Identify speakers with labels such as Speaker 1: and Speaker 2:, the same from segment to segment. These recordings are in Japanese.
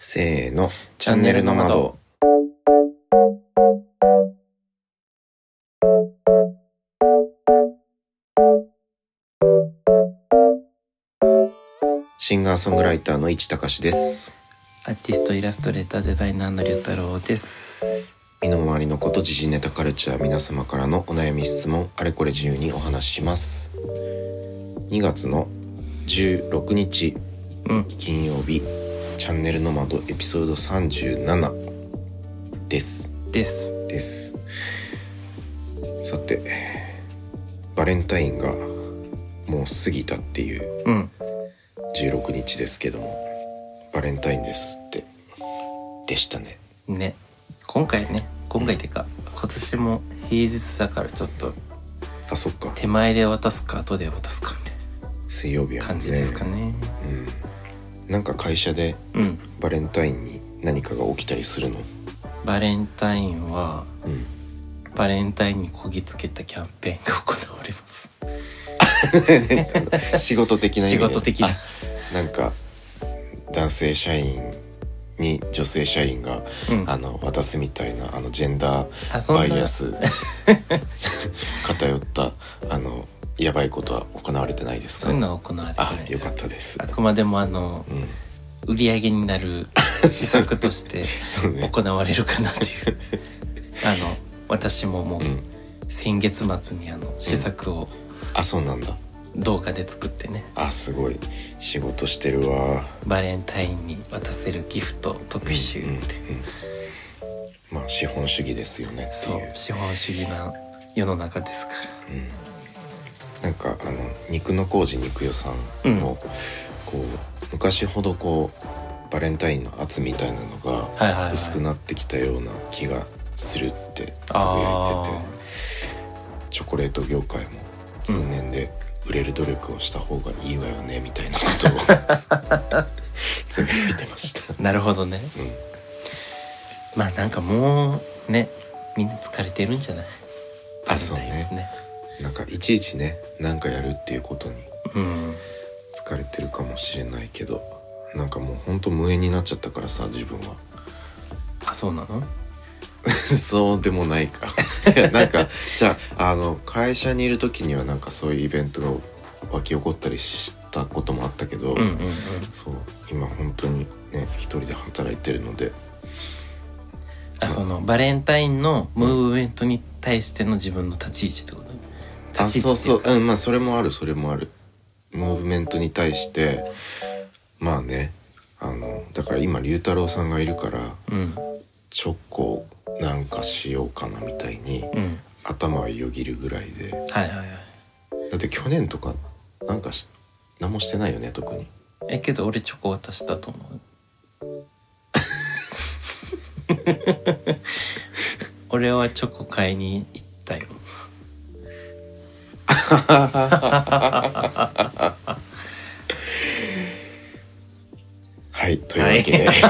Speaker 1: せーの、チャンネルの窓。シンガーソングライターの市隆です。
Speaker 2: アーティストイラストレーターデザイナーのりゅうたろうです
Speaker 1: 身の回りのこと、時事ネタカルチャー、皆様からのお悩み、質問、あれこれ自由にお話しします。2月の16日
Speaker 2: うん
Speaker 1: 金曜日、チャンネルの窓エピソード37です。
Speaker 2: です
Speaker 1: ですさてバレンタインがもう過ぎたっていう
Speaker 2: うん
Speaker 1: 16日ですけどもバレンタインですってでしたね
Speaker 2: ね今回ね今回っていうか今年も平日だからちょっと
Speaker 1: あそっか
Speaker 2: 手前で渡すか後で渡すかみたい
Speaker 1: 水曜日や
Speaker 2: な
Speaker 1: もん
Speaker 2: 感
Speaker 1: ね
Speaker 2: じですかね
Speaker 1: うん、なんか会社で
Speaker 2: うん
Speaker 1: バレンタインに何かが起きたりするの
Speaker 2: バレンタインは
Speaker 1: うん
Speaker 2: バレンタインにこぎつけたキャンペーンが行われます
Speaker 1: 仕事的な意味
Speaker 2: 仕
Speaker 1: で
Speaker 2: 事的な
Speaker 1: なんか男性社員に女性社員が
Speaker 2: うん
Speaker 1: あの渡すみたいなあのジェンダー
Speaker 2: あそんな
Speaker 1: バイア ス偏ったあのやばいことは行われてないです
Speaker 2: そう
Speaker 1: か
Speaker 2: いうのは行われてな
Speaker 1: あ
Speaker 2: いで
Speaker 1: よ
Speaker 2: す
Speaker 1: かったです
Speaker 2: あくまでもあの
Speaker 1: うん
Speaker 2: 売り上げになる施策として
Speaker 1: そうね
Speaker 2: 行われるかなという あの私ももう
Speaker 1: うん
Speaker 2: 先月末にあの試作を
Speaker 1: あそうなんだ
Speaker 2: 動画で作ってね
Speaker 1: あすごい仕事してるわ
Speaker 2: バレンタインに渡せるギフト特集って、
Speaker 1: うんうんまあ資本主義ですよねってい
Speaker 2: そうう資本主義な世の中ですか
Speaker 1: なんかあの肉の工事肉代さんも、こう昔ほどこうバレンタインの圧みたいなのが
Speaker 2: らはいはい、はい、
Speaker 1: 薄くなってきたような気がするってつぶやいてて
Speaker 2: あ
Speaker 1: チョコレート業界も通年で売れる努力をした方がいいわよねみたいなことを つぶやいてました。
Speaker 2: なるほどねまあなんかもうねみんな疲れてるんじゃない
Speaker 1: あそうね
Speaker 2: バレンタイン
Speaker 1: うん、なんかいちいちねなんかやるっていうことに
Speaker 2: うん
Speaker 1: 疲れてるかもしれないけどなんかもうほんと無縁になっちゃったからさ自分は
Speaker 2: あそうなの
Speaker 1: そうでもないか いやなんかじゃああの会社にいる時にはなんかそういうイベントが湧き起こったりしたこともあったけど、
Speaker 2: うんうんうん
Speaker 1: そう今本当にね一人で働いてるので
Speaker 2: あそのバレンタインのムーブメントに対しての自分の立ち位置ってこと
Speaker 1: あ
Speaker 2: 立ち位
Speaker 1: そう
Speaker 2: 置ってい
Speaker 1: そうう
Speaker 2: か
Speaker 1: うんまあそれもあるそれもあるムーブメントに対してまあねあのだから今龍太郎さんがいるから
Speaker 2: うん
Speaker 1: チョコなんかしようかなみたいに
Speaker 2: うん
Speaker 1: 頭をよぎるぐらいで
Speaker 2: はいはいはい
Speaker 1: だって去年とかなんかし何もしてないよね特に
Speaker 2: えけど俺チョコ渡したと思 う俺はチョコ買いに行ったよ
Speaker 1: はいというわけで、
Speaker 2: ちょっ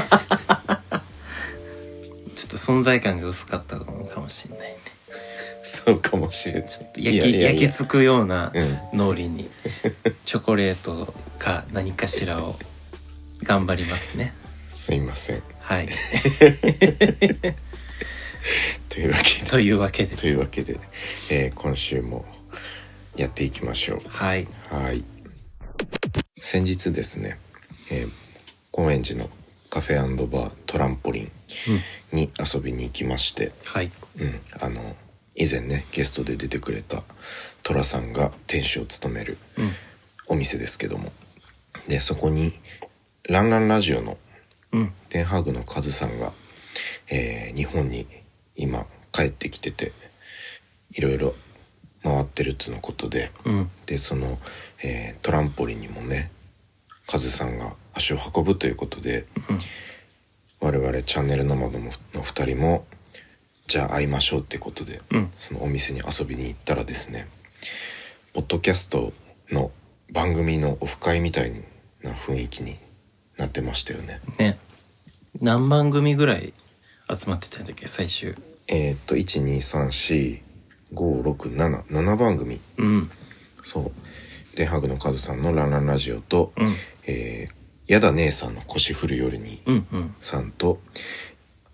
Speaker 2: と存在感が薄かったのかもしれないね
Speaker 1: そうかもしれない
Speaker 2: ちょっと焼き
Speaker 1: いやいやいや
Speaker 2: 焼き付くような
Speaker 1: うん
Speaker 2: 脳裏 にチョコレートか何かしらを頑張りますね
Speaker 1: すいません
Speaker 2: はい
Speaker 1: というわけで
Speaker 2: というわけで
Speaker 1: というわけで、えー今週もやっていきましょう
Speaker 2: はい
Speaker 1: はい先日ですね、えー高円寺のカフェバートランポリンに遊びに行きまして、
Speaker 2: はい
Speaker 1: うん、あの以前ねゲストで出てくれた寅さんが店主を務める
Speaker 2: うん
Speaker 1: お店ですけどもでそこに「ランランラジオ」の
Speaker 2: うん
Speaker 1: テンハーグのカズさんが、えー日本に今帰ってきてていろいろ回ってるとのことで
Speaker 2: うん
Speaker 1: でその、えートランポリンにもねカズさんが足を運ぶということで、我々チャンネルの窓の2人もじゃあ会いましょうってことで、
Speaker 2: うん
Speaker 1: そのお店に遊びに行ったらですねポッドキャストの番組のオフ会みたいな雰囲気になってましたよね。
Speaker 2: ね何番組ぐらい集まってたんだっけ最終
Speaker 1: えーっと1234567番組
Speaker 2: うん
Speaker 1: そうでハグのカズさんの「ランランラジオと」
Speaker 2: うん
Speaker 1: えーやだ姉さんの腰振る夜に
Speaker 2: うんうん
Speaker 1: さんと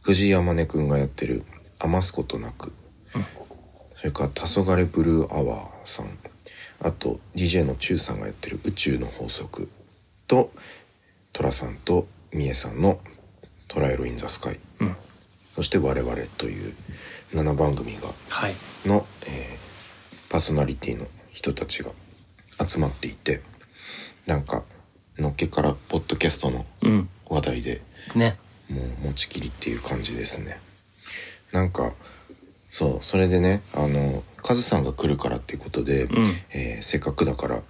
Speaker 1: 藤井天音くんがやってる「余すことなく」それから「黄昏ブルーアワー」さんあと DJ のチュウさんがやってる「宇宙の法則」と寅さんと三重さんの「トライロイン・ザ・スカイ」
Speaker 2: うん
Speaker 1: そして「我々」という7番組が
Speaker 2: はい
Speaker 1: の、えーパーソナリティの人たちが集まっていてなんかのっけからポッドキャストの
Speaker 2: うん
Speaker 1: 話題で
Speaker 2: ね
Speaker 1: もう持ちきりっていう感じですねなんかそうそれでねあのカズさんが来るからっていうことで、
Speaker 2: うん
Speaker 1: えーせっかくだから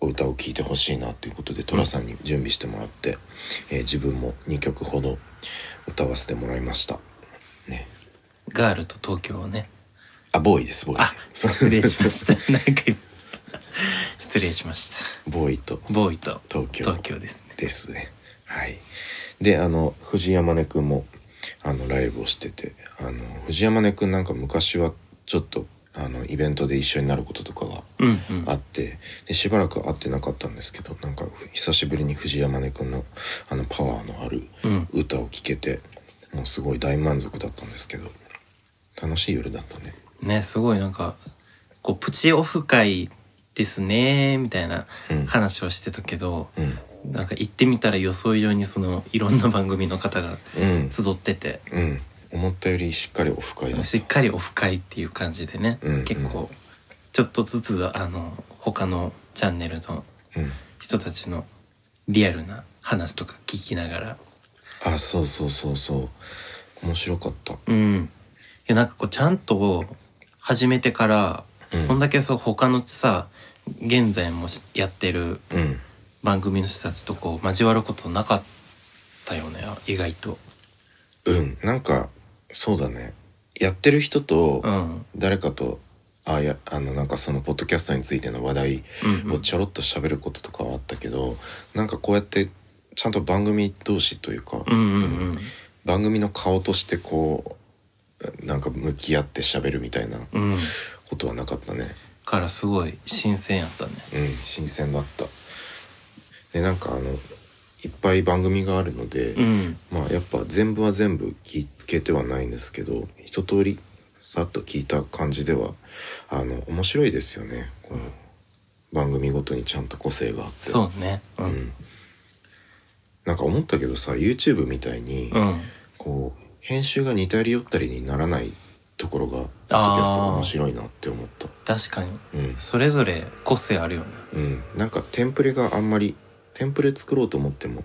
Speaker 1: お歌を聴いてほしいなということで寅さんに準備してもらって、えー自分も2曲ほど歌わせてもらいましたね
Speaker 2: ガールと東京をね
Speaker 1: あボーイですボーイ
Speaker 2: あ失礼しま したなんか今失礼しまし
Speaker 1: ボーイと
Speaker 2: たボーイと
Speaker 1: 東京
Speaker 2: 東京ですね
Speaker 1: ですねはいであの藤山根くんもあのライブをしててあの藤山根くんなんか昔はちょっとあのイベントで一緒になることとかが
Speaker 2: うんうん
Speaker 1: あってでしばらく会ってなかったんですけどなんか久しぶりに藤山根くんのあのパワーのある
Speaker 2: うん
Speaker 1: 歌を聴けて、もうすごい大満足だったんですけど楽しい夜だったね
Speaker 2: ねすごいなんかこうプチオフ会ですねみたいな
Speaker 1: うん
Speaker 2: 話をしてたけど、
Speaker 1: うん
Speaker 2: なんか行ってみたら予想以上にそのいろんな番組の方が
Speaker 1: うん
Speaker 2: 集ってて、
Speaker 1: うん思ったよりしっかりオフ会だった
Speaker 2: しっかりオフ会っていう感じでね、
Speaker 1: うんうん
Speaker 2: 結構ちょっとずつあの他のチャンネルの
Speaker 1: うん
Speaker 2: 人たちのリアルな話とか聞きながら
Speaker 1: あそうそうそうそう面白かった
Speaker 2: うんいやなんかこうちゃんと始めてから、
Speaker 1: うん
Speaker 2: こんだけそう他のさ現在もしやってる
Speaker 1: うん
Speaker 2: 番組の人たちとこう交わることなかったよね意外と
Speaker 1: うんなんかそうだねやってる人と
Speaker 2: うん
Speaker 1: 誰かと、あやあのなんかそのポッドキャストについての話題
Speaker 2: うんう
Speaker 1: を
Speaker 2: ん
Speaker 1: ちょろっと喋ることとかはあったけど、なんかこうやってちゃんと番組同士というか、
Speaker 2: うんうんうん
Speaker 1: 番組の顔としてこうなんか向き合って喋るみたいな
Speaker 2: うんだ
Speaker 1: ことはなかったね
Speaker 2: からすごい新鮮やったね
Speaker 1: うん新鮮だったでなんかあのいっぱい番組があるので、
Speaker 2: うん
Speaker 1: まあやっぱ全部は全部聞けてはないんですけど一通りさっと聞いた感じではあの面白いですよねこの番組ごとにちゃんと個性があって
Speaker 2: そうねう
Speaker 1: うんんなんか思ったけどさ YouTube みたいに、
Speaker 2: うん
Speaker 1: こう編集が似たり寄ったりにならないところがポッドキャストが面白いなって思った
Speaker 2: 確かに
Speaker 1: うん、
Speaker 2: それぞれ個性あるよね
Speaker 1: うん、なんかテンプレがあんまりテンプレ作ろうと思っても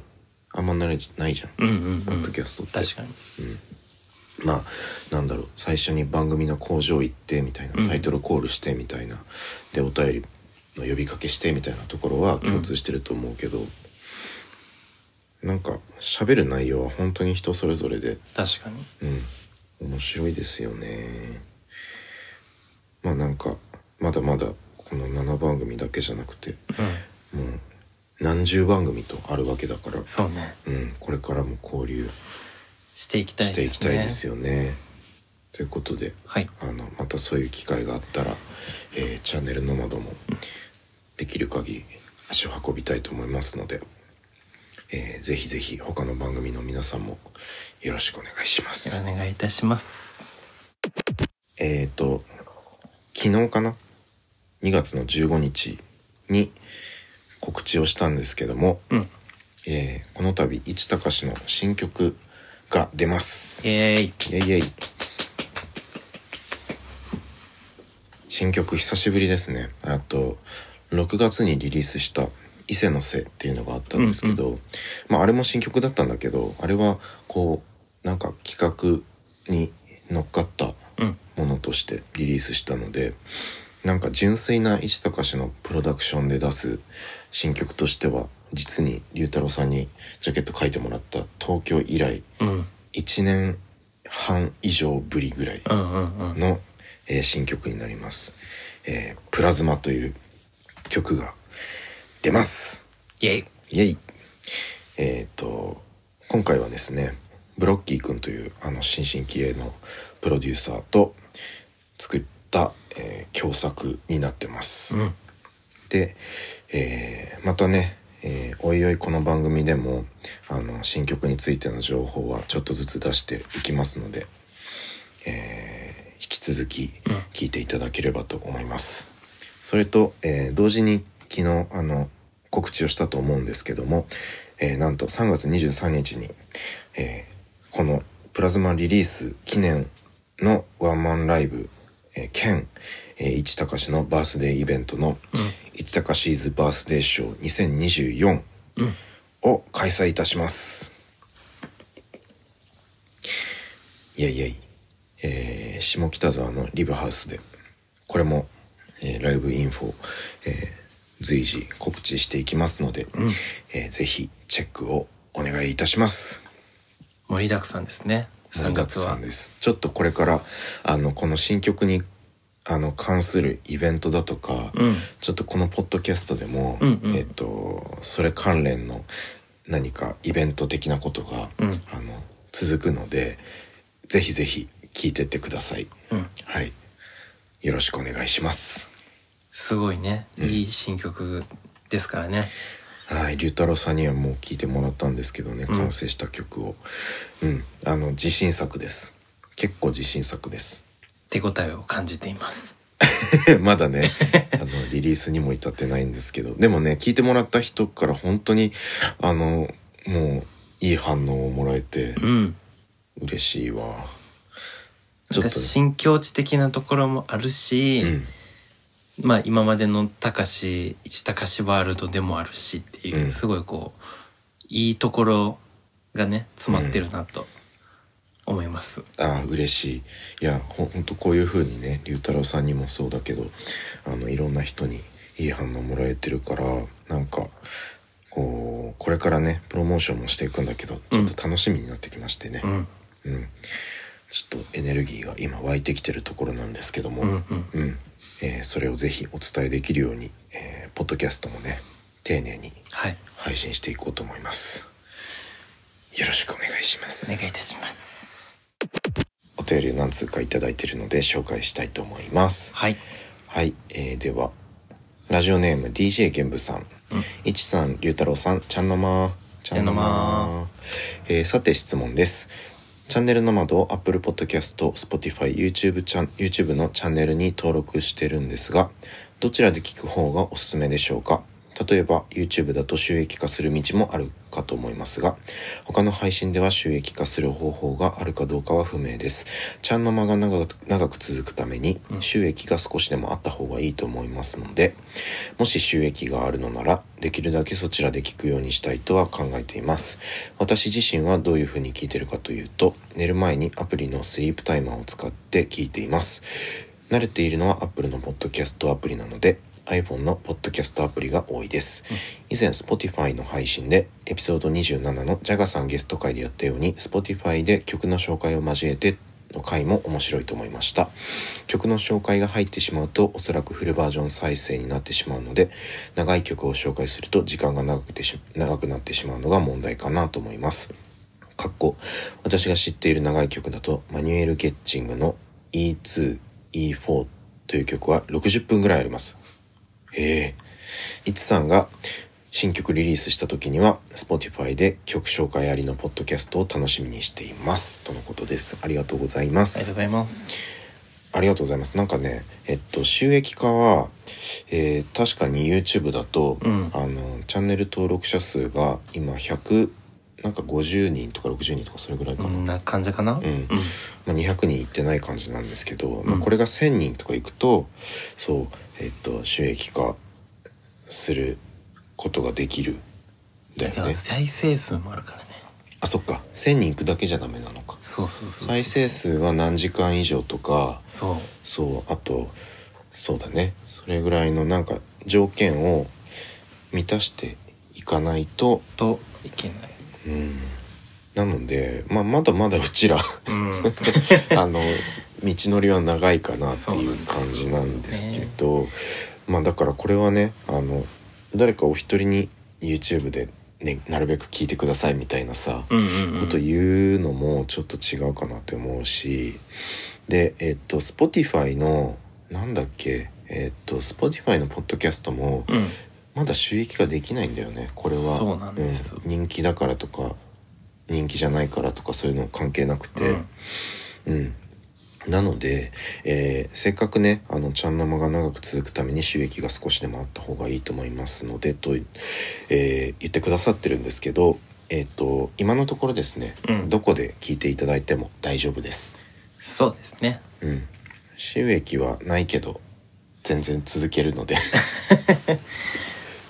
Speaker 1: あんま慣れないじゃん、
Speaker 2: うんうん
Speaker 1: ポ
Speaker 2: う
Speaker 1: ッ
Speaker 2: ん
Speaker 1: ド
Speaker 2: 確
Speaker 1: キ
Speaker 2: か
Speaker 1: ャストって
Speaker 2: に
Speaker 1: まあなんだろう最初に番組の工場行ってみたい
Speaker 2: うん
Speaker 1: なタイトルコールしてみたいな、でお便りの呼びかけしてみたいなところは共通してると思うけど、なんか喋る内容は本当に人それぞれで、
Speaker 2: 確かに
Speaker 1: うん、面白いですよねまあなんかまだまだこの7番組だけじゃなくて
Speaker 2: うん
Speaker 1: もう何十番組とあるわけだから、
Speaker 2: そうね
Speaker 1: うん、これからも交流
Speaker 2: していきたい
Speaker 1: し
Speaker 2: です
Speaker 1: て
Speaker 2: ね
Speaker 1: いきたいですよね。ということで
Speaker 2: はい
Speaker 1: あのまたそういう機会があったら、えーチャンネルの窓もできる限り足を運びたいと思いますので、えーぜひぜひ他の番組の皆さんもよろしくお願いしま
Speaker 2: よろし
Speaker 1: す。
Speaker 2: くお願いいたします
Speaker 1: えっ、と昨日かな2月の15日に告知をしたんですけども、
Speaker 2: うん
Speaker 1: えーこの度市高氏の新曲が出ます。
Speaker 2: イエーイ
Speaker 1: イェイイェイ新曲久しぶりですねあと6月にリリースした「伊勢の瀬」っていうのがあったんですけど、まああれも新曲だったんだけどあれはこうなんか企画に乗っかった
Speaker 2: うん
Speaker 1: ものとしてリリースしたのでなんか純粋な市高氏のプロダクションで出す新曲としては実に龍太郎さんにジャケット書いてもらった東京以来
Speaker 2: うん
Speaker 1: 1年半以上ぶりぐらい
Speaker 2: うんうんうん
Speaker 1: の、えー新曲になります、えープラズマという曲が出ます
Speaker 2: イエイ
Speaker 1: イェイえっ、と今回はですねブロッキーくんというあの新進気鋭のプロデューサーと作った、えー共作になってます、
Speaker 2: うん
Speaker 1: で、えーまたね、えーおいおいこの番組でもあの新曲についての情報はちょっとずつ出していきますので、えー引き続き聞いていただければと思います。それと、えー同時に昨日あの告知をしたと思うんですけども、えーなんと3月23日に、えーこのプラズマリリース記念のワンマンライブ、えー兼、えー、市高氏のバースデーイベントの「市高シーズバースデーショー2024」を開催いたします。いやいやい、えー下北沢のリブハウスでこれも、えーライブインフォ、えー随時告知していきますので、えーぜひチェックをお願いいたします。
Speaker 2: 盛りだくさんですね3月
Speaker 1: さ
Speaker 2: は
Speaker 1: んですちょっとこれからあのこの新曲にあの関するイベントだとか、
Speaker 2: うん
Speaker 1: ちょっとこのポッドキャストでも、
Speaker 2: うんうん
Speaker 1: えっとそれ関連の何かイベント的なことが、
Speaker 2: うん
Speaker 1: あの続くのでぜひぜひ聞いてってください、
Speaker 2: うん
Speaker 1: はいよろしくお願いします
Speaker 2: すごいねいい新曲ですからね
Speaker 1: はい龍太郎さんにはもう聞いてもらったんですけどね
Speaker 2: ん
Speaker 1: 完成した曲をうん、あの自信作です結構自信作です
Speaker 2: 手応えを感じています
Speaker 1: まだね、あの、リリースにも至ってないんですけど、でもね、聞いてもらった人から本当に、あの、もう、いい反応をもらえて、
Speaker 2: うん
Speaker 1: 嬉しいわ。ち
Speaker 2: な
Speaker 1: ょ
Speaker 2: ん
Speaker 1: っ
Speaker 2: か
Speaker 1: とね、
Speaker 2: 新境地的なところもあるし、
Speaker 1: うん、
Speaker 2: まあ今までの「たかし」「一たかしワールド」でもあるしっていう、
Speaker 1: うん
Speaker 2: すごいこういいところがね詰まってるなと思います、
Speaker 1: ああ、嬉しい。いや、ほほんとこういう風にね、龍太郎さんにもそうだけど、あの、いろんな人にいい反応もらえてるから、なんか、こう、これからね、プロモーションもしていくんだけど、ちょっと楽しみになってきましてね。
Speaker 2: うん、うん
Speaker 1: うん、ちょっとエネルギーが今湧いてきてるところなんですけども、
Speaker 2: うんうん
Speaker 1: えーそれをぜひお伝えできるように、えーポッドキャストもね丁寧に
Speaker 2: はい
Speaker 1: 配信していこうと思いますよろしくお願いします
Speaker 2: お願いいたします
Speaker 1: お便りを何通かいただいてるので紹介したいと思います
Speaker 2: はい
Speaker 1: はい、えーではラジオネーム DJ 玄武さん、いちさん龍太郎さんちゃんのまーち
Speaker 2: ゃんのま
Speaker 1: ー、えーさて質問ですチャンネルの窓を Apple Podcast、Spotify、YouTube, チャン YouTube のチャンネルに登録してるんですがどちらで聞く方がおすすめでしょうか例えば YouTube だと収益化する道もあるかと思いますが他の配信では収益化する方法があるかどうかは不明ですちゃんの間が長く長く続くために収益が少しでもあった方がいいと思いますのでもし収益があるのならできるだけそちらで聞くようにしたいとは考えています私自身はどういうふうに聞いてるかというと寝る前にアプリのスリープタイマーを使って聞いています慣れているのは Apple のポッドキャストアプリなので iPhone のポッドキャストアプリが多いです、以前 Spotify の配信でエピソード27のジャガさんゲスト会でやったように Spotify で曲の紹介を交えての回も面白いと思いました曲の紹介が入ってしまうとおそらくフルバージョン再生になってしまうので長い曲を紹介すると時間が長くてし長くなってしまうのが問題かなと思いますかっこ私が知っている長い曲だとマニュエル・ゲッチングの E2E4 という曲は60分ぐらいありますへえいつさんが新曲リリースした時には Spotify で曲紹介ありのポッドキャストを楽しみにしていますとのことですありがとうございま
Speaker 2: ありがとう
Speaker 1: す
Speaker 2: ございます
Speaker 1: ありがとうございますなんかねえっと収益化は、えー確かに YouTube だと、
Speaker 2: うん
Speaker 1: あのチャンネル登録者数が今100なんか50人とか60人とかそれぐらいか
Speaker 2: こ
Speaker 1: な、
Speaker 2: んな感じかなうん
Speaker 1: まあ、200人いってない感じなんですけど、まあ、
Speaker 2: うん
Speaker 1: これが1,000人とかいくとそう、えっと収益化することができるんだ
Speaker 2: だか
Speaker 1: よ
Speaker 2: ら
Speaker 1: ね
Speaker 2: 再生数もあるからね
Speaker 1: あそっか1,000人いくだけじゃダメなのか
Speaker 2: そうそうそう
Speaker 1: 再生数が何時間以上とか
Speaker 2: そう
Speaker 1: そうあとそうだねそれぐらいのなんか条件を満たしていかないと
Speaker 2: といけない
Speaker 1: うんなので、まあ、まだまだうちらあ
Speaker 2: うん
Speaker 1: の道のりは長いかなって
Speaker 2: そうなん
Speaker 1: い
Speaker 2: で
Speaker 1: う
Speaker 2: す
Speaker 1: 感じなんですけど、まあだからこれはねあの誰かお一人に YouTube で、ね、なるべく聞いてくださいみたいなさ、
Speaker 2: うんうんう
Speaker 1: こと
Speaker 2: ん
Speaker 1: 言うのもちょっと違うかなって思うしでえっと Spotify のなんだっけえっと Spotify のポッドキャストも
Speaker 2: うん
Speaker 1: まだ収益化できないんだよねこれは
Speaker 2: そうなんですよ
Speaker 1: うん人気だからとか人気じゃないからとかそういうの関係なくて、
Speaker 2: うん
Speaker 1: うん、なので、えーせっかくねあのちゃん生が長く続くために収益が少しでもあった方がいいと思いますのでと、えー言ってくださってるんですけど、えー、と今のところですね、
Speaker 2: うん
Speaker 1: どこで聞いていただいても大丈夫です。
Speaker 2: そうですね
Speaker 1: うん、収益はないけど全然続けるの で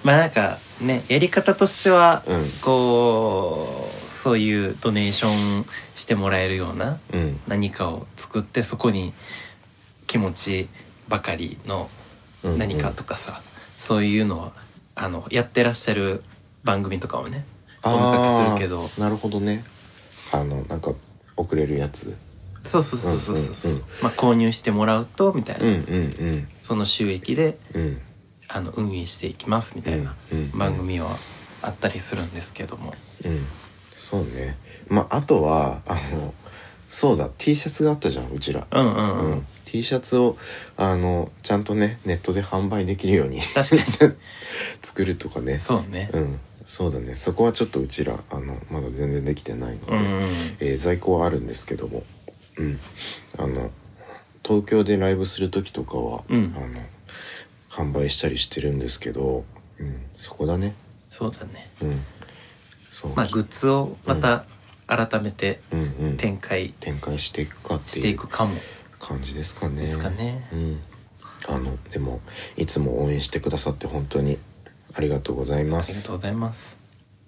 Speaker 2: まあなんかねやり方としては、
Speaker 1: うん
Speaker 2: こうそういうドネーションしてもらえるような
Speaker 1: うん
Speaker 2: 何かを作ってそこに気持ちばかりの
Speaker 1: うんうん
Speaker 2: 何かとかさ、そういうのはあのやってらっしゃる番組とかをねお見かけするけど
Speaker 1: あーなるほどねあのなんか遅れるやつ
Speaker 2: そうそうそうそうそう,、
Speaker 1: うんうんうん
Speaker 2: まあ購入してもらうとみたいな、
Speaker 1: うんうん
Speaker 2: その収益で
Speaker 1: うんうん
Speaker 2: あの運営していきますみたいな
Speaker 1: うんうんうん
Speaker 2: 番組はあったりするんですけども、
Speaker 1: うんそうねまああとはあのそうだ T シャツがあったじゃんうちら、
Speaker 2: うんうんうん、
Speaker 1: T シャツをあのちゃんとねネットで販売できるように
Speaker 2: 確かに
Speaker 1: 作るとかね
Speaker 2: そうね
Speaker 1: うんそうだねそこはちょっとうちらあのまだ全然できてないので、
Speaker 2: うんうんうん
Speaker 1: えー在庫はあるんですけども、うん、あの東京でライブする時とかは、
Speaker 2: うん
Speaker 1: あの販売したりしてるんですけど、うん、そこだね、
Speaker 2: そうだね
Speaker 1: うん、そう
Speaker 2: まあグッズをまた改めて
Speaker 1: うんうん、
Speaker 2: 展開
Speaker 1: 展開していくかって
Speaker 2: して
Speaker 1: い
Speaker 2: いうくかも、
Speaker 1: 感じですかね。
Speaker 2: ですかね
Speaker 1: うん、あのでもいつも応援してくださって本当にありがとうございま
Speaker 2: ありがと
Speaker 1: す。
Speaker 2: うございます、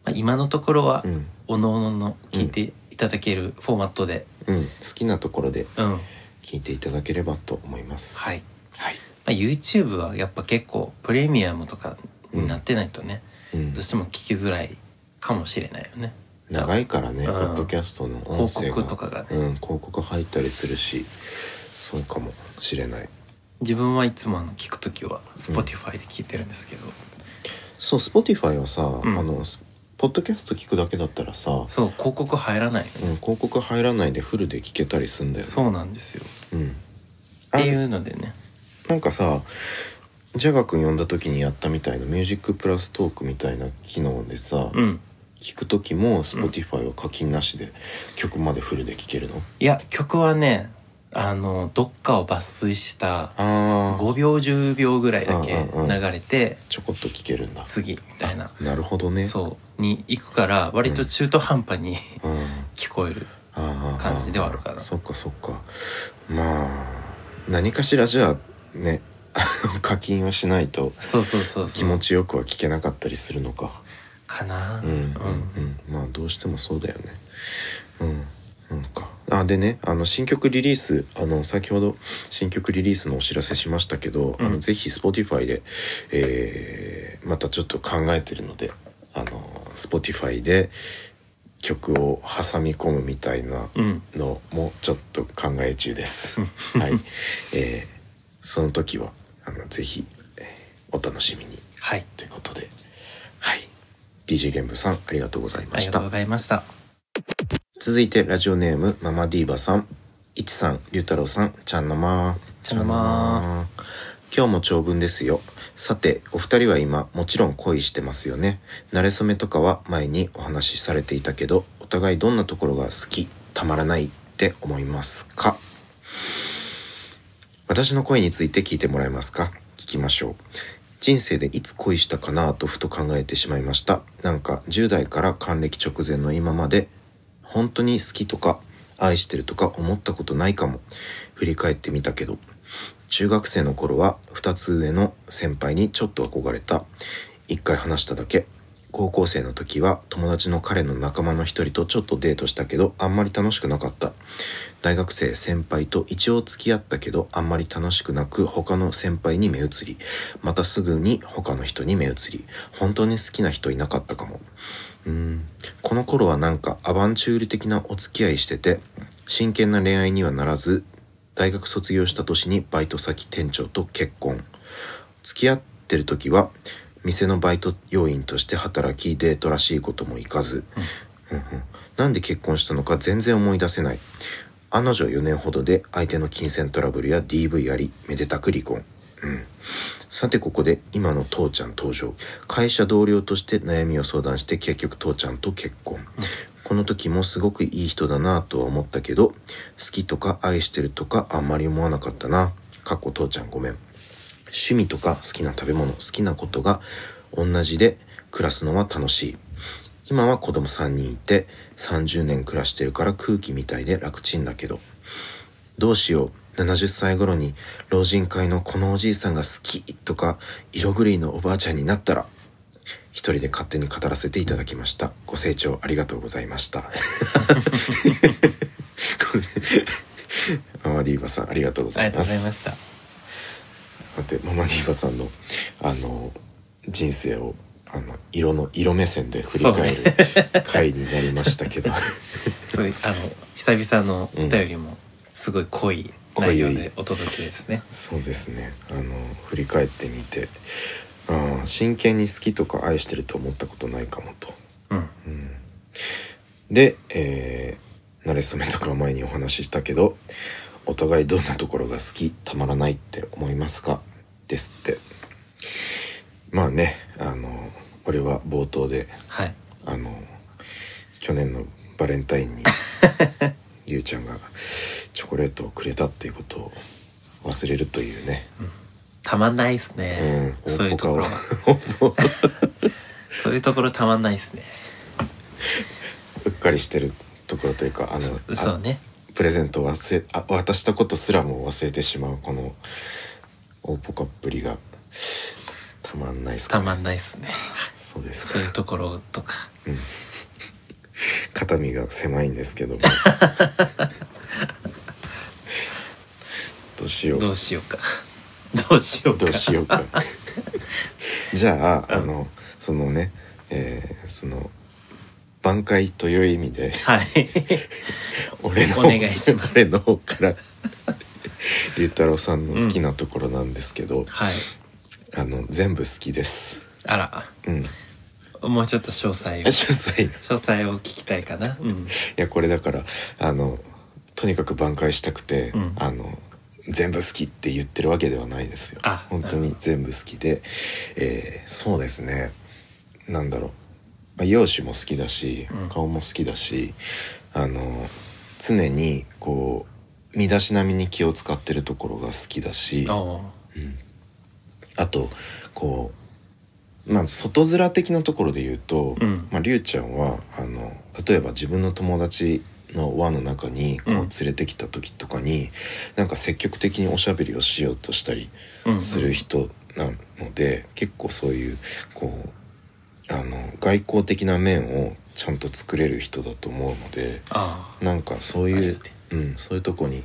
Speaker 2: まあ、今のところは、
Speaker 1: うん
Speaker 2: おのおのの聞いていただけるフォーマットで
Speaker 1: うん、好きなところで
Speaker 2: うん、
Speaker 1: 聞いていただければと思います。
Speaker 2: はい、
Speaker 1: はい、
Speaker 2: まあ、YouTube はやっぱ結構プレミアムとかになってないとね、
Speaker 1: うん
Speaker 2: どうしても聞きづらいかもしれないよね
Speaker 1: 長いからね、
Speaker 2: うん
Speaker 1: ポッドキャストの音声が
Speaker 2: 広告とかがね
Speaker 1: うん、広告入ったりするしそうかもしれない
Speaker 2: 自分はいつもあの聞くときは Spotify で聞いてるんですけど、
Speaker 1: そう Spotify はさ、
Speaker 2: うん
Speaker 1: あのスポッドキャスト聞くだけだったらさ、うん、
Speaker 2: そう広告入らないよね、
Speaker 1: 広告入らないでフルで聞けたりすんだよね
Speaker 2: そうなんですよ
Speaker 1: うん
Speaker 2: っ
Speaker 1: あ
Speaker 2: ていうのでね
Speaker 1: なんかさジャガ君呼んだ時にやったみたいな「ミュージックプラストーク」みたいな機能でさ、
Speaker 2: うん
Speaker 1: 聞く時も Spotify は課金なしで曲までフルで聴けるの、
Speaker 2: いや曲はねあのどっかを抜粋した
Speaker 1: あ
Speaker 2: 5
Speaker 1: あ
Speaker 2: 秒10秒ぐらいだけ
Speaker 1: うんうんうん
Speaker 2: 流れて
Speaker 1: ちょこっと聴けるんだ
Speaker 2: 次みたいな
Speaker 1: なるほどね
Speaker 2: そうに行くから割と中途半端に
Speaker 1: うん
Speaker 2: 聞こえる感
Speaker 1: 感
Speaker 2: じではあるかな
Speaker 1: そっかそっかまあ何かしらじゃあね あの課金をしないと
Speaker 2: そうそうそう
Speaker 1: 気
Speaker 2: そ
Speaker 1: 持
Speaker 2: う
Speaker 1: ちよくは聞けなかったりするのか
Speaker 2: か
Speaker 1: う
Speaker 2: な
Speaker 1: んうんうんまあどうしてもそうだよねうんなんかあでねあの新曲リリースあの先ほど新曲リリースのお知らせしましたけど、あ
Speaker 2: う
Speaker 1: の
Speaker 2: ん
Speaker 1: ぜひ Spotify で、えーまたちょっと考えてるのであの Spotify で曲を挟み込むみたいな
Speaker 2: うん、うん、
Speaker 1: のもちょっと考え中です。はい、えーその時はあのぜひ、えーお楽しみに
Speaker 2: はい
Speaker 1: ということで、はい、DJ 玄武さんありがとうござい
Speaker 2: あ
Speaker 1: ま
Speaker 2: り
Speaker 1: し
Speaker 2: がとう
Speaker 1: た
Speaker 2: ご。ざいました
Speaker 1: 続いてラジオネームママディーバさん、いちさん、りゅうたろうさん、ちゃんのまー、
Speaker 2: ちゃんのま
Speaker 1: ー。今日も長文ですよ。さて、お二人は今、もちろん恋してますよね。馴れ初めとかは前にお話しされていたけど、お互いどんなところが好き、たまらないって思いますか私の恋について聞いてもらえますか聞きましょう。人生でいつ恋したかなとふと考えてしまいました。なんか10代から還暦直前の今まで本当に好きとか愛してるとか思ったことないかも振り返ってみたけど中学生の頃は2つ上の先輩にちょっと憧れた1回話しただけ高校生の時は友達の彼の仲間の一人とちょっとデートしたけどあんまり楽しくなかった大学生先輩と一応付き合ったけどあんまり楽しくなく他の先輩に目移りまたすぐに他の人に目移り本当に好きな人いなかったかもうんこの頃はなんかアバンチュール的なお付き合いしてて真剣な恋愛にはならず大学卒業した年にバイト先店長と結婚付き合ってる時は店のバイト要員として働きデートらしいこともいかず、うんうんなんで結婚したのか全然思い出せない彼女4年ほどで相手の金銭トラブルや DV ありめでたく離婚さてここで今の父ちゃん登場会社同僚として悩みを相談して結局父ちゃんと結婚、この時もすごくいい人だなとは思ったけど好きとか愛してるとかあんまり思わなかったなかっこ父ちゃんごめん趣味とか好きな食べ物好きなことが同じで暮らすのは楽しい今は子供3人いて30年暮らしてるから空気みたいで楽ちんだけどどうしよう70歳頃に老人会のこのおじいさんが好きとか色狂いのおばあちゃんになったら一人で勝手に語らせていただきましたご清聴ありがとうございま した これママディーバさんありがとうご
Speaker 2: あ
Speaker 1: ざ
Speaker 2: り
Speaker 1: い
Speaker 2: がとう
Speaker 1: ま
Speaker 2: ござい
Speaker 1: す
Speaker 2: ました
Speaker 1: だってママディーバさんのあの人生をあの色の色目線で振り返る回になりましたけど、
Speaker 2: すごいあの久々のお便りもすごい濃い内容でお届けですね、
Speaker 1: そうですねあの振り返ってみてああ真剣に好きとか愛してると思ったことないかもと。
Speaker 2: うん、
Speaker 1: うん、で、えー、慣れ初めとか前にお話ししたけどお互いどんなところが好きたまらないって思いますかですってまあねあの俺は冒頭で
Speaker 2: はい
Speaker 1: あの去年のバレンタイ ンにゆうちゃんがチョコレートをくれたっていうことを忘れるというね、
Speaker 2: たまんないです
Speaker 1: う
Speaker 2: ね
Speaker 1: ん、、
Speaker 2: そういうところは
Speaker 1: 大ポカを
Speaker 2: そういうところたまんないですね
Speaker 1: うっかりしてるところというかあの
Speaker 2: 嘘をね
Speaker 1: プレゼントを忘れあ渡したことすらも忘れてしまうこの大ポカっぷりがたまんないです
Speaker 2: た
Speaker 1: か、
Speaker 2: まんないですね
Speaker 1: そうです
Speaker 2: そういうところとか
Speaker 1: 肩身が狭いんです けどもどうしよう
Speaker 2: どうしようか どうしようか
Speaker 1: どうしよ うかじゃああのそのねえーその挽回という意味で
Speaker 2: はい
Speaker 1: 俺の
Speaker 2: お願いします
Speaker 1: 俺の方から龍太郎さんの好きなところなんですけど、
Speaker 2: はい
Speaker 1: あの全部好きです
Speaker 2: あら
Speaker 1: うん
Speaker 2: もうちょっと詳細を
Speaker 1: 詳細い
Speaker 2: 詳細を聞きたいかなうん
Speaker 1: やこれだからあのとにかく挽回したくて、
Speaker 2: うん
Speaker 1: あの全部好きって言ってるわけではないですよ
Speaker 2: あ
Speaker 1: 本当
Speaker 2: なる
Speaker 1: に全部好きで、えーそうですねなんだろう、まあ、容姿も好きだし
Speaker 2: うん
Speaker 1: 顔も好きだし、あの常にこう身だしなみに気を使ってるところが好きだし
Speaker 2: おう
Speaker 1: あとこうまあ外面的なところで言うと、
Speaker 2: うん
Speaker 1: まあ、りゅうちゃんはあの例えば自分の友達の輪の中にこう
Speaker 2: うん
Speaker 1: 連れてきた時とかに、なんか積極的におしゃべりをしようとしたり
Speaker 2: うん
Speaker 1: する人なので、結構そういうこうあの外交的な面をちゃんと作れる人だと思うので
Speaker 2: あ
Speaker 1: なんかそう
Speaker 2: あ
Speaker 1: い
Speaker 2: り
Speaker 1: う
Speaker 2: がて、
Speaker 1: うん、そういうとこに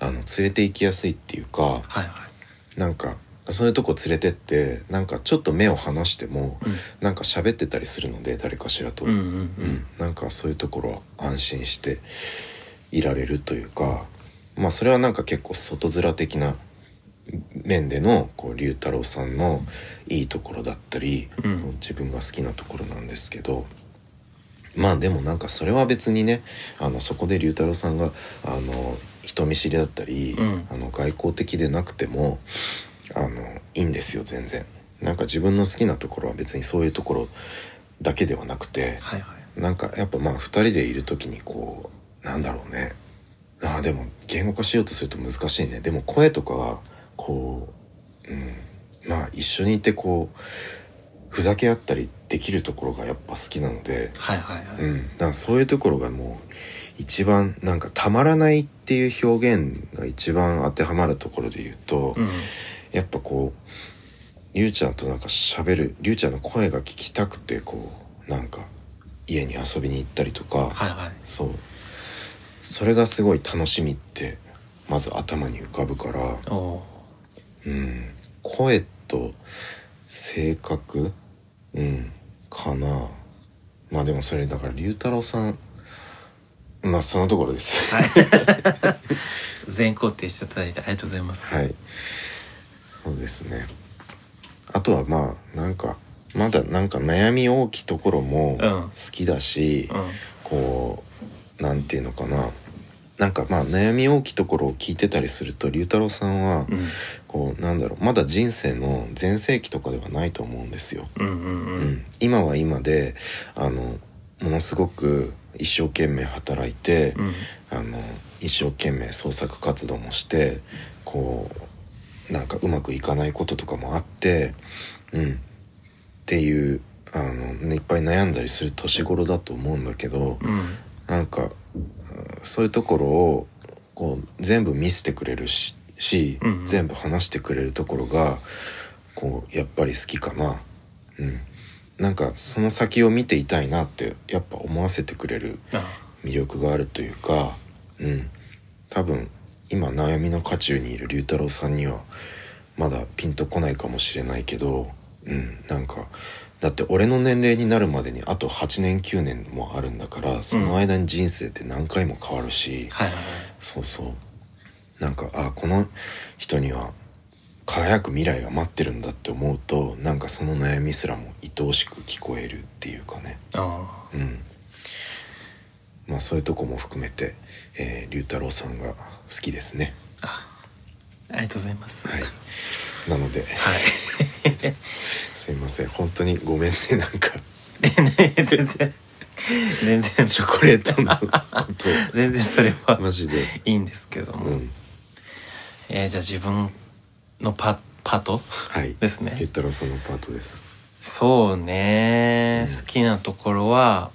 Speaker 1: あの連れて行きやすいっていうか
Speaker 2: あ。はいはい
Speaker 1: なんかそういうとこ連れてってなんかちょっと目を離しても、
Speaker 2: うん
Speaker 1: なんか喋ってたりするので誰かしらと、
Speaker 2: うんうん
Speaker 1: うんなんかそういうところは安心していられるというかまあそれはなんか結構外面的な面でのこう龍太郎さんのいいところだったり、
Speaker 2: うん
Speaker 1: 自分が好きなところなんですけどまあでもなんかそれは別にねあのそこで龍太郎さんがあの人見知りだったり、
Speaker 2: うん
Speaker 1: あの外交的でなくてもあのいいんですよ全然。なんか自分の好きなところは別にそういうところだけではなくて、
Speaker 2: はいはい
Speaker 1: なんかやっぱまあ2人でいる時にこうなんだろうねあーでも言語化しようとすると難しいねでも声とかはこう、うん、まあ一緒にいてこうふざけ合ったりできるところがやっぱ好きなので、
Speaker 2: はいはいは
Speaker 1: う
Speaker 2: い
Speaker 1: ん、だからそういうところがもう一番なんかたまらないっていう表現が一番当てはまるところで言うと、
Speaker 2: うん
Speaker 1: やっぱこうりゅうちゃんとなんか喋るりゅうちゃんの声が聞きたくてこうなんか家に遊びに行ったりとか、
Speaker 2: はいはい
Speaker 1: そうそれがすごい楽しみってまず頭に浮かぶから、
Speaker 2: おお
Speaker 1: うん、声と性格、うん、かなまあでもそれだから龍太郎さんまあそのところです。
Speaker 2: う 全肯定していただいてありがとうございます
Speaker 1: はい。そうですね。あとはまあなんかまだなんか悩み大きいところも
Speaker 2: うん
Speaker 1: 好きだし、
Speaker 2: うん
Speaker 1: こうなんていうのかななんかまあ悩み多きところを聞いてたりすると龍太郎さんは
Speaker 2: うん
Speaker 1: こうなんだろうまだ人生の全盛期とかではないと思うんですよ。
Speaker 2: うんう
Speaker 1: う
Speaker 2: んうん
Speaker 1: ん、今は今であのものすごく一生懸命働いて、
Speaker 2: うん
Speaker 1: あの一生懸命創作活動もしてこうなんかうまくいかないこととかもあって、うん、っていうあの、ね、いっぱい悩んだりする年頃だと思うんだけど
Speaker 2: うん
Speaker 1: なんかうんそういうところをこう全部見せてくれるしし
Speaker 2: うんうん
Speaker 1: 全部話してくれるところがこうやっぱり好きかな。うんなんかその先を見ていたいなってやっぱ思わせてくれる
Speaker 2: あ
Speaker 1: 魅力があるというか、うん、多分今悩みの渦中にいる龍太郎さんにはまだピンとこないかもしれないけど、うん、なんかだって俺の年齢になるまでにあと8年9年もあるんだからその間に人生って何回も変わるし、
Speaker 2: はいはいはい
Speaker 1: そうそうなんかあこの人には輝く未来が待ってるんだって思うとなんかその悩みすらも愛おしく聞こえるっていうかね。
Speaker 2: あ
Speaker 1: うん、まあそういうとこも含めて、えー、龍太郎さんが好きですね。
Speaker 2: あありがとうござい ます
Speaker 1: はい。なので、
Speaker 2: はい
Speaker 1: すいません、本当にごめんね、なんか
Speaker 2: 全然全然
Speaker 1: チョコレートの こと
Speaker 2: 全然それ
Speaker 1: をマ
Speaker 2: は
Speaker 1: ジで、
Speaker 2: いいんですけども、
Speaker 1: うん、
Speaker 2: えーじゃあ自分のパパート
Speaker 1: はい、
Speaker 2: ですね
Speaker 1: 龍太郎さんのパートです。
Speaker 2: そうね、
Speaker 1: うん
Speaker 2: 好きなところは、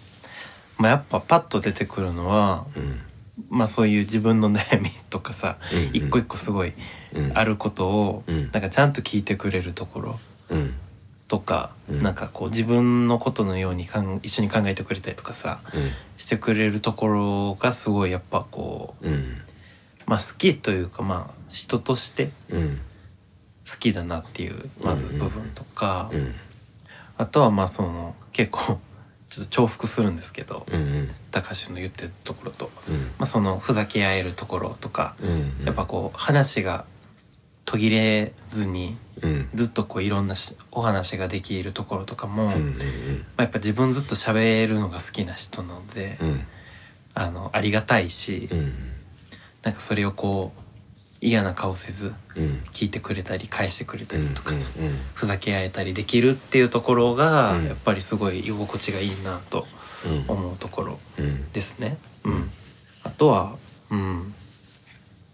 Speaker 2: まあ、やっぱパッと出てくるのは、
Speaker 1: うん、
Speaker 2: まあ、そういう自分の悩みとかさ、
Speaker 1: うんうん
Speaker 2: 一個一個すごい
Speaker 1: うん、
Speaker 2: あ、ることを、
Speaker 1: うん
Speaker 2: なんかちゃんと聞いてくれるところ
Speaker 1: うん、
Speaker 2: とか、
Speaker 1: うん
Speaker 2: なんかこう自分のことのようにかん一緒に考えてくれたりとかさしてくれるところがすごいやっぱこう、
Speaker 1: うん、うん、
Speaker 2: まあ、好きというかまあ人として
Speaker 1: うん、
Speaker 2: 好きだなっていうまず
Speaker 1: うんうんう
Speaker 2: 部
Speaker 1: ん
Speaker 2: 分とか、
Speaker 1: うん、
Speaker 2: あとはまあその結構ちょっと重複するんですけど、
Speaker 1: うん、うん、
Speaker 2: 高橋の言ってるところと、
Speaker 1: うん、
Speaker 2: まあ、そのふざけ合えるところとか、
Speaker 1: うん、
Speaker 2: やっぱ、こう話が途切れずに
Speaker 1: うん、
Speaker 2: ずっとこういろんなしお話ができるところとかも、
Speaker 1: うん、うん、
Speaker 2: まあ、やっぱ自分ずっと喋るのが好きな人なので、
Speaker 1: うん、
Speaker 2: あのありがたいし、
Speaker 1: うん、
Speaker 2: なんかそれをこう嫌な顔せず
Speaker 1: うん、
Speaker 2: 聞いてくれたり返してくれたりとかさ、
Speaker 1: うん、うん、
Speaker 2: ふざけ合えたりできるっていうところが、
Speaker 1: うん
Speaker 2: やっぱりすごい居心地がいいなと
Speaker 1: うん、
Speaker 2: 思うところ
Speaker 1: うん、
Speaker 2: ですね。うん、あとは、うん、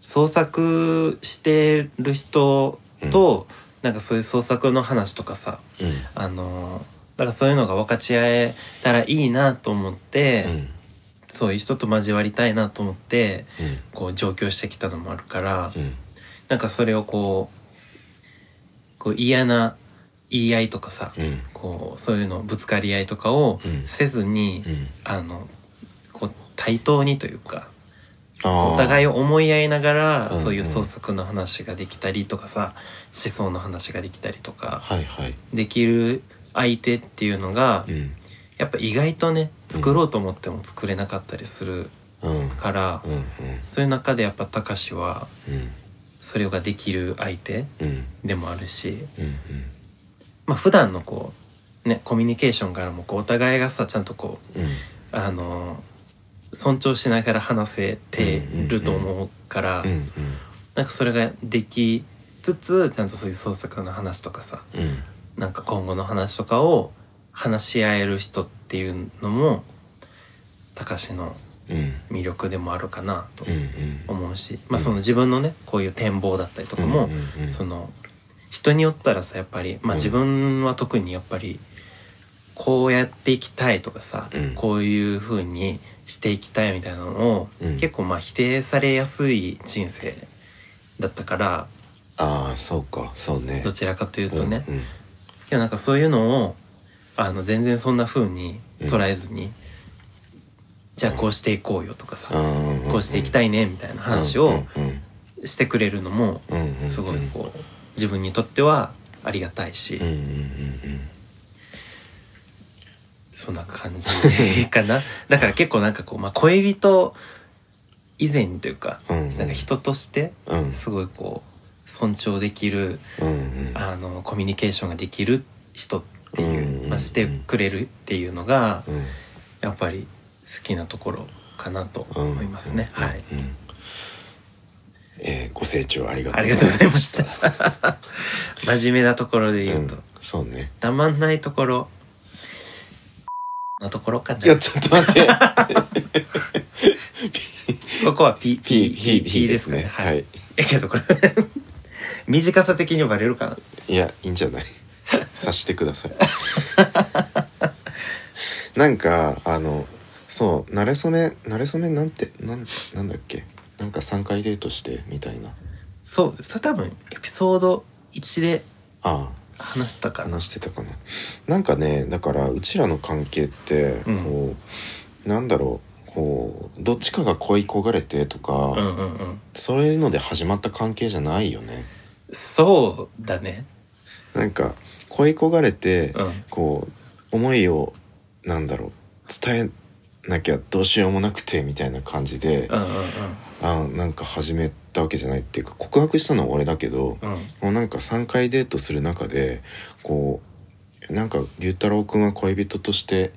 Speaker 2: 創作してる人と、なんかそういう創作の話とかさ
Speaker 1: うん、
Speaker 2: あのだからそういうのが分かち合えたらいいなと思って、
Speaker 1: うん、
Speaker 2: そういう人と交わりたいなと思って
Speaker 1: うん、
Speaker 2: こう上京してきたのもあるから、
Speaker 1: うん
Speaker 2: なんかそれをこうこう嫌な言い合いとかさ、
Speaker 1: うん
Speaker 2: こうそういうのぶつかり合いとかを
Speaker 1: うん
Speaker 2: せずに、
Speaker 1: うん
Speaker 2: あのこう対等にというか
Speaker 1: お
Speaker 2: お互
Speaker 1: い
Speaker 2: いを思い合いながら
Speaker 1: うんうん
Speaker 2: そういう創作の話ができたりとかさ思想の話ができたりとか
Speaker 1: はいはい
Speaker 2: できる相手っていうのが
Speaker 1: うん
Speaker 2: やっぱ意外とね作ろうと思っても作れなかったりする
Speaker 1: うん
Speaker 2: から
Speaker 1: うん
Speaker 2: そういう中でやっぱたかしは
Speaker 1: うん
Speaker 2: それができる相手
Speaker 1: うん
Speaker 2: でもあるし
Speaker 1: うん
Speaker 2: まあ普段のこうねコミュニケーションからもこうお互いがさちゃんとこう
Speaker 1: うんうん
Speaker 2: あの尊重しながら話せてると思うから。
Speaker 1: うん
Speaker 2: なんかそれができつつちゃんとそういう創作の話とかさ
Speaker 1: うんうん
Speaker 2: なんか今後の話とかを話し合える人っていうのもたかしの
Speaker 1: うん
Speaker 2: 魅力でもあるかなと
Speaker 1: うんうん
Speaker 2: 思うし、まあ
Speaker 1: うん
Speaker 2: その自分のねこういう展望だったりとかも、
Speaker 1: うんうんうん
Speaker 2: その人によったらさやっぱり、まあ、
Speaker 1: うん
Speaker 2: 自分は特にやっぱりこうやっていきたいとかさ、
Speaker 1: うん
Speaker 2: こういう風にしていきたいみたいなのを、
Speaker 1: うん
Speaker 2: 結構まあ否定されやすい人生だったから
Speaker 1: ああそうかそうね
Speaker 2: どちらかというとね、
Speaker 1: うん
Speaker 2: けどなんかそういうのをあの全然そんな風に捉えずに、じゃあこうしていこうよとかさ、
Speaker 1: うん
Speaker 2: こうしていきたいねみたいな話
Speaker 1: う
Speaker 2: を
Speaker 1: ん
Speaker 2: してくれるのも
Speaker 1: うんうんうん
Speaker 2: すごいこう自分にとってはありがたいし、
Speaker 1: うんうんうん
Speaker 2: そんな感じ かなだから結構なんかこう、まあ、恋人以前にというか、
Speaker 1: うん
Speaker 2: なんか人として
Speaker 1: うんうん
Speaker 2: すごいこう尊重できる
Speaker 1: うんうん
Speaker 2: あのコミュニケーションができる人っていう、
Speaker 1: うん
Speaker 2: まあ、してくれるっていうのが
Speaker 1: うん
Speaker 2: やっぱり好きなところかなと思いますね。
Speaker 1: うん
Speaker 2: はい。
Speaker 1: うんえーご清聴ありが
Speaker 2: あ
Speaker 1: とう
Speaker 2: りがとうございました。 真面目なところで言うと、
Speaker 1: うんそうね。。
Speaker 2: たまんないところのところかない
Speaker 1: や、ちょっと待って。
Speaker 2: ここは P、
Speaker 1: P、P、P
Speaker 2: で
Speaker 1: ですす
Speaker 2: かね。
Speaker 1: ね。
Speaker 2: は
Speaker 1: はいい。。
Speaker 2: えけどこれ 短さ的にバレるかな。
Speaker 1: いや、いいんじゃ ない察してください。なんか、あの、そう、なれそめ、なれそめなんて、なん、なんだっけ。なんか3回デートして、みたいな。
Speaker 2: そう、それ多分エピソード1で
Speaker 1: ああ、
Speaker 2: 話したかな。
Speaker 1: 話してたかななんかねだからうちらの関係って
Speaker 2: うん
Speaker 1: こう、なんだろうこうどっちかが恋焦がれてとか、
Speaker 2: うんうんうん。
Speaker 1: そういうので始まった関係じゃないよね
Speaker 2: そうだね。
Speaker 1: なんか恋焦がれて、
Speaker 2: うん
Speaker 1: こう思いをなんだろう伝えなきゃどうしようもなくてみたいな感じで、
Speaker 2: うんうん
Speaker 1: あなんか始めたわけじゃないっていうか告白したのは俺だけど、
Speaker 2: うん。うん。
Speaker 1: もうなんか3回デートする中でこうなんか龍太郎くんは恋人として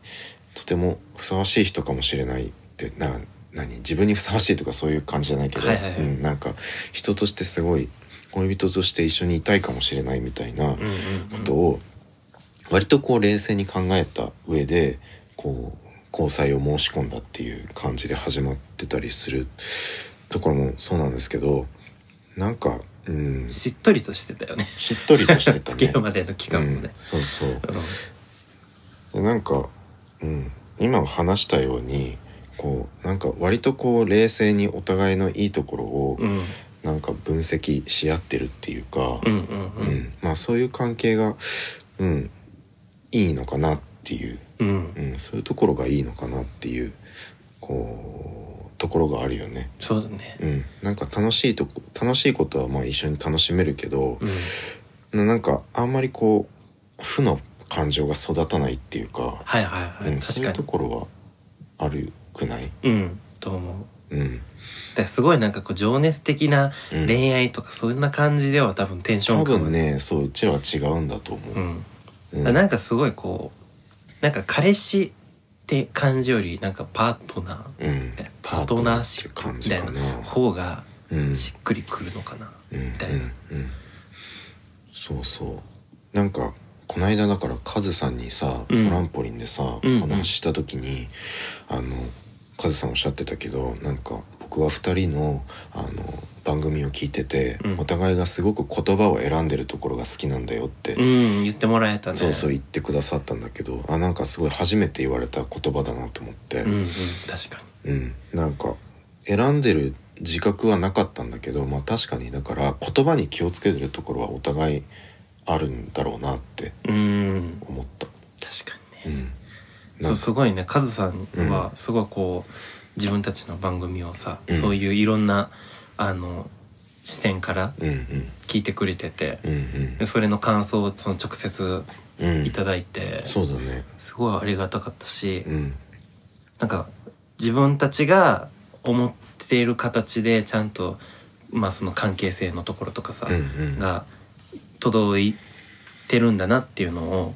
Speaker 1: とてもふさわしい人かもしれないってな何自分にふさわしいとかそういう感じじゃないけど、
Speaker 2: はいはいはい
Speaker 1: うん、なんか人としてすごい恋人として一緒にいたいかもしれないみたいな
Speaker 2: うんうんう
Speaker 1: こ
Speaker 2: ん
Speaker 1: とを割とこう冷静に考えた上でこう交際を申し込んだっていう感じで始まってたりするところもそうなんですけどなんかうん
Speaker 2: しっとりとしてた よね。
Speaker 1: しっとりとして たね
Speaker 2: 付き合うまでの期間も
Speaker 1: う
Speaker 2: ね
Speaker 1: ん。そうそう
Speaker 2: うん
Speaker 1: でなんか、うん、今話したようにこうなんか割とこう冷静にお互いのいいところを
Speaker 2: うん
Speaker 1: なんか分析し合ってるっていうか、
Speaker 2: うんうん
Speaker 1: う
Speaker 2: うん
Speaker 1: んまあそういう関係が、うん、いいのかなっていう、
Speaker 2: うん
Speaker 1: うん、そういうところがいいのかなっていうこうところがあるよね。
Speaker 2: そうだね
Speaker 1: うん、なんか楽しいとこ楽しいことはまあ一緒に楽しめるけど、
Speaker 2: うん
Speaker 1: ななんかあんまりこう負の感情が育たないっていうか、
Speaker 2: はいはいは
Speaker 1: う
Speaker 2: い
Speaker 1: ん、そういう
Speaker 2: 確か
Speaker 1: ところはあるくない、
Speaker 2: にうんと思う
Speaker 1: うん、
Speaker 2: だからすごいなんかこう情熱的な
Speaker 1: うん
Speaker 2: 恋愛とかそんな感じでは多分テンション
Speaker 1: 多
Speaker 2: 感は
Speaker 1: 分ねそううちらは違うんだと思
Speaker 2: う
Speaker 1: う、
Speaker 2: ん
Speaker 1: うん
Speaker 2: だからなんかすごいこうなんか彼氏って感じよりなんかパートナ
Speaker 1: うん
Speaker 2: ーパートナーシップみたいな
Speaker 1: パートナーって感じか
Speaker 2: 方が
Speaker 1: なうん
Speaker 2: しっくりくるのかな
Speaker 1: うん
Speaker 2: みたいな
Speaker 1: うんうんそうそうなんかこの間だからカズさんにさ
Speaker 2: うん
Speaker 1: トランポリンでさ、
Speaker 2: うんうん
Speaker 1: 話した時にあのカズさんおっしゃってたけどなんか僕は2人のあの番組を聞いてて、
Speaker 2: うん
Speaker 1: お互いがすごく言葉を選んでるところが好きなんだよって、
Speaker 2: うん言ってもらえたね
Speaker 1: そうそう
Speaker 2: う
Speaker 1: 言ってくださったんだけどあなんかすごい初めて言われた言葉だなと思って、
Speaker 2: うんうん確か
Speaker 1: うん、なんか選んでる自覚はなかったんだけど、まあ、確かにだから言葉に気をつけてるところはお互いあるんだろうなって
Speaker 2: にうん
Speaker 1: 思った。
Speaker 2: 確かにね
Speaker 1: うん、
Speaker 2: そう
Speaker 1: なんか
Speaker 2: すごいねカズさんはすごいこう、自分たちの番組をさ、
Speaker 1: うん
Speaker 2: そういういろんなあの視点から
Speaker 1: うんうん
Speaker 2: 聞いてくれてて、
Speaker 1: うん
Speaker 2: でそれの感想をその直接
Speaker 1: うんうん
Speaker 2: いただいて、
Speaker 1: そうだね。
Speaker 2: すごいありがたかったし、
Speaker 1: うん
Speaker 2: なんか自分たちが思っている形でちゃんと、まあ、その関係性のところとかさ、
Speaker 1: うんうん、
Speaker 2: が届いてるんだなっていうのを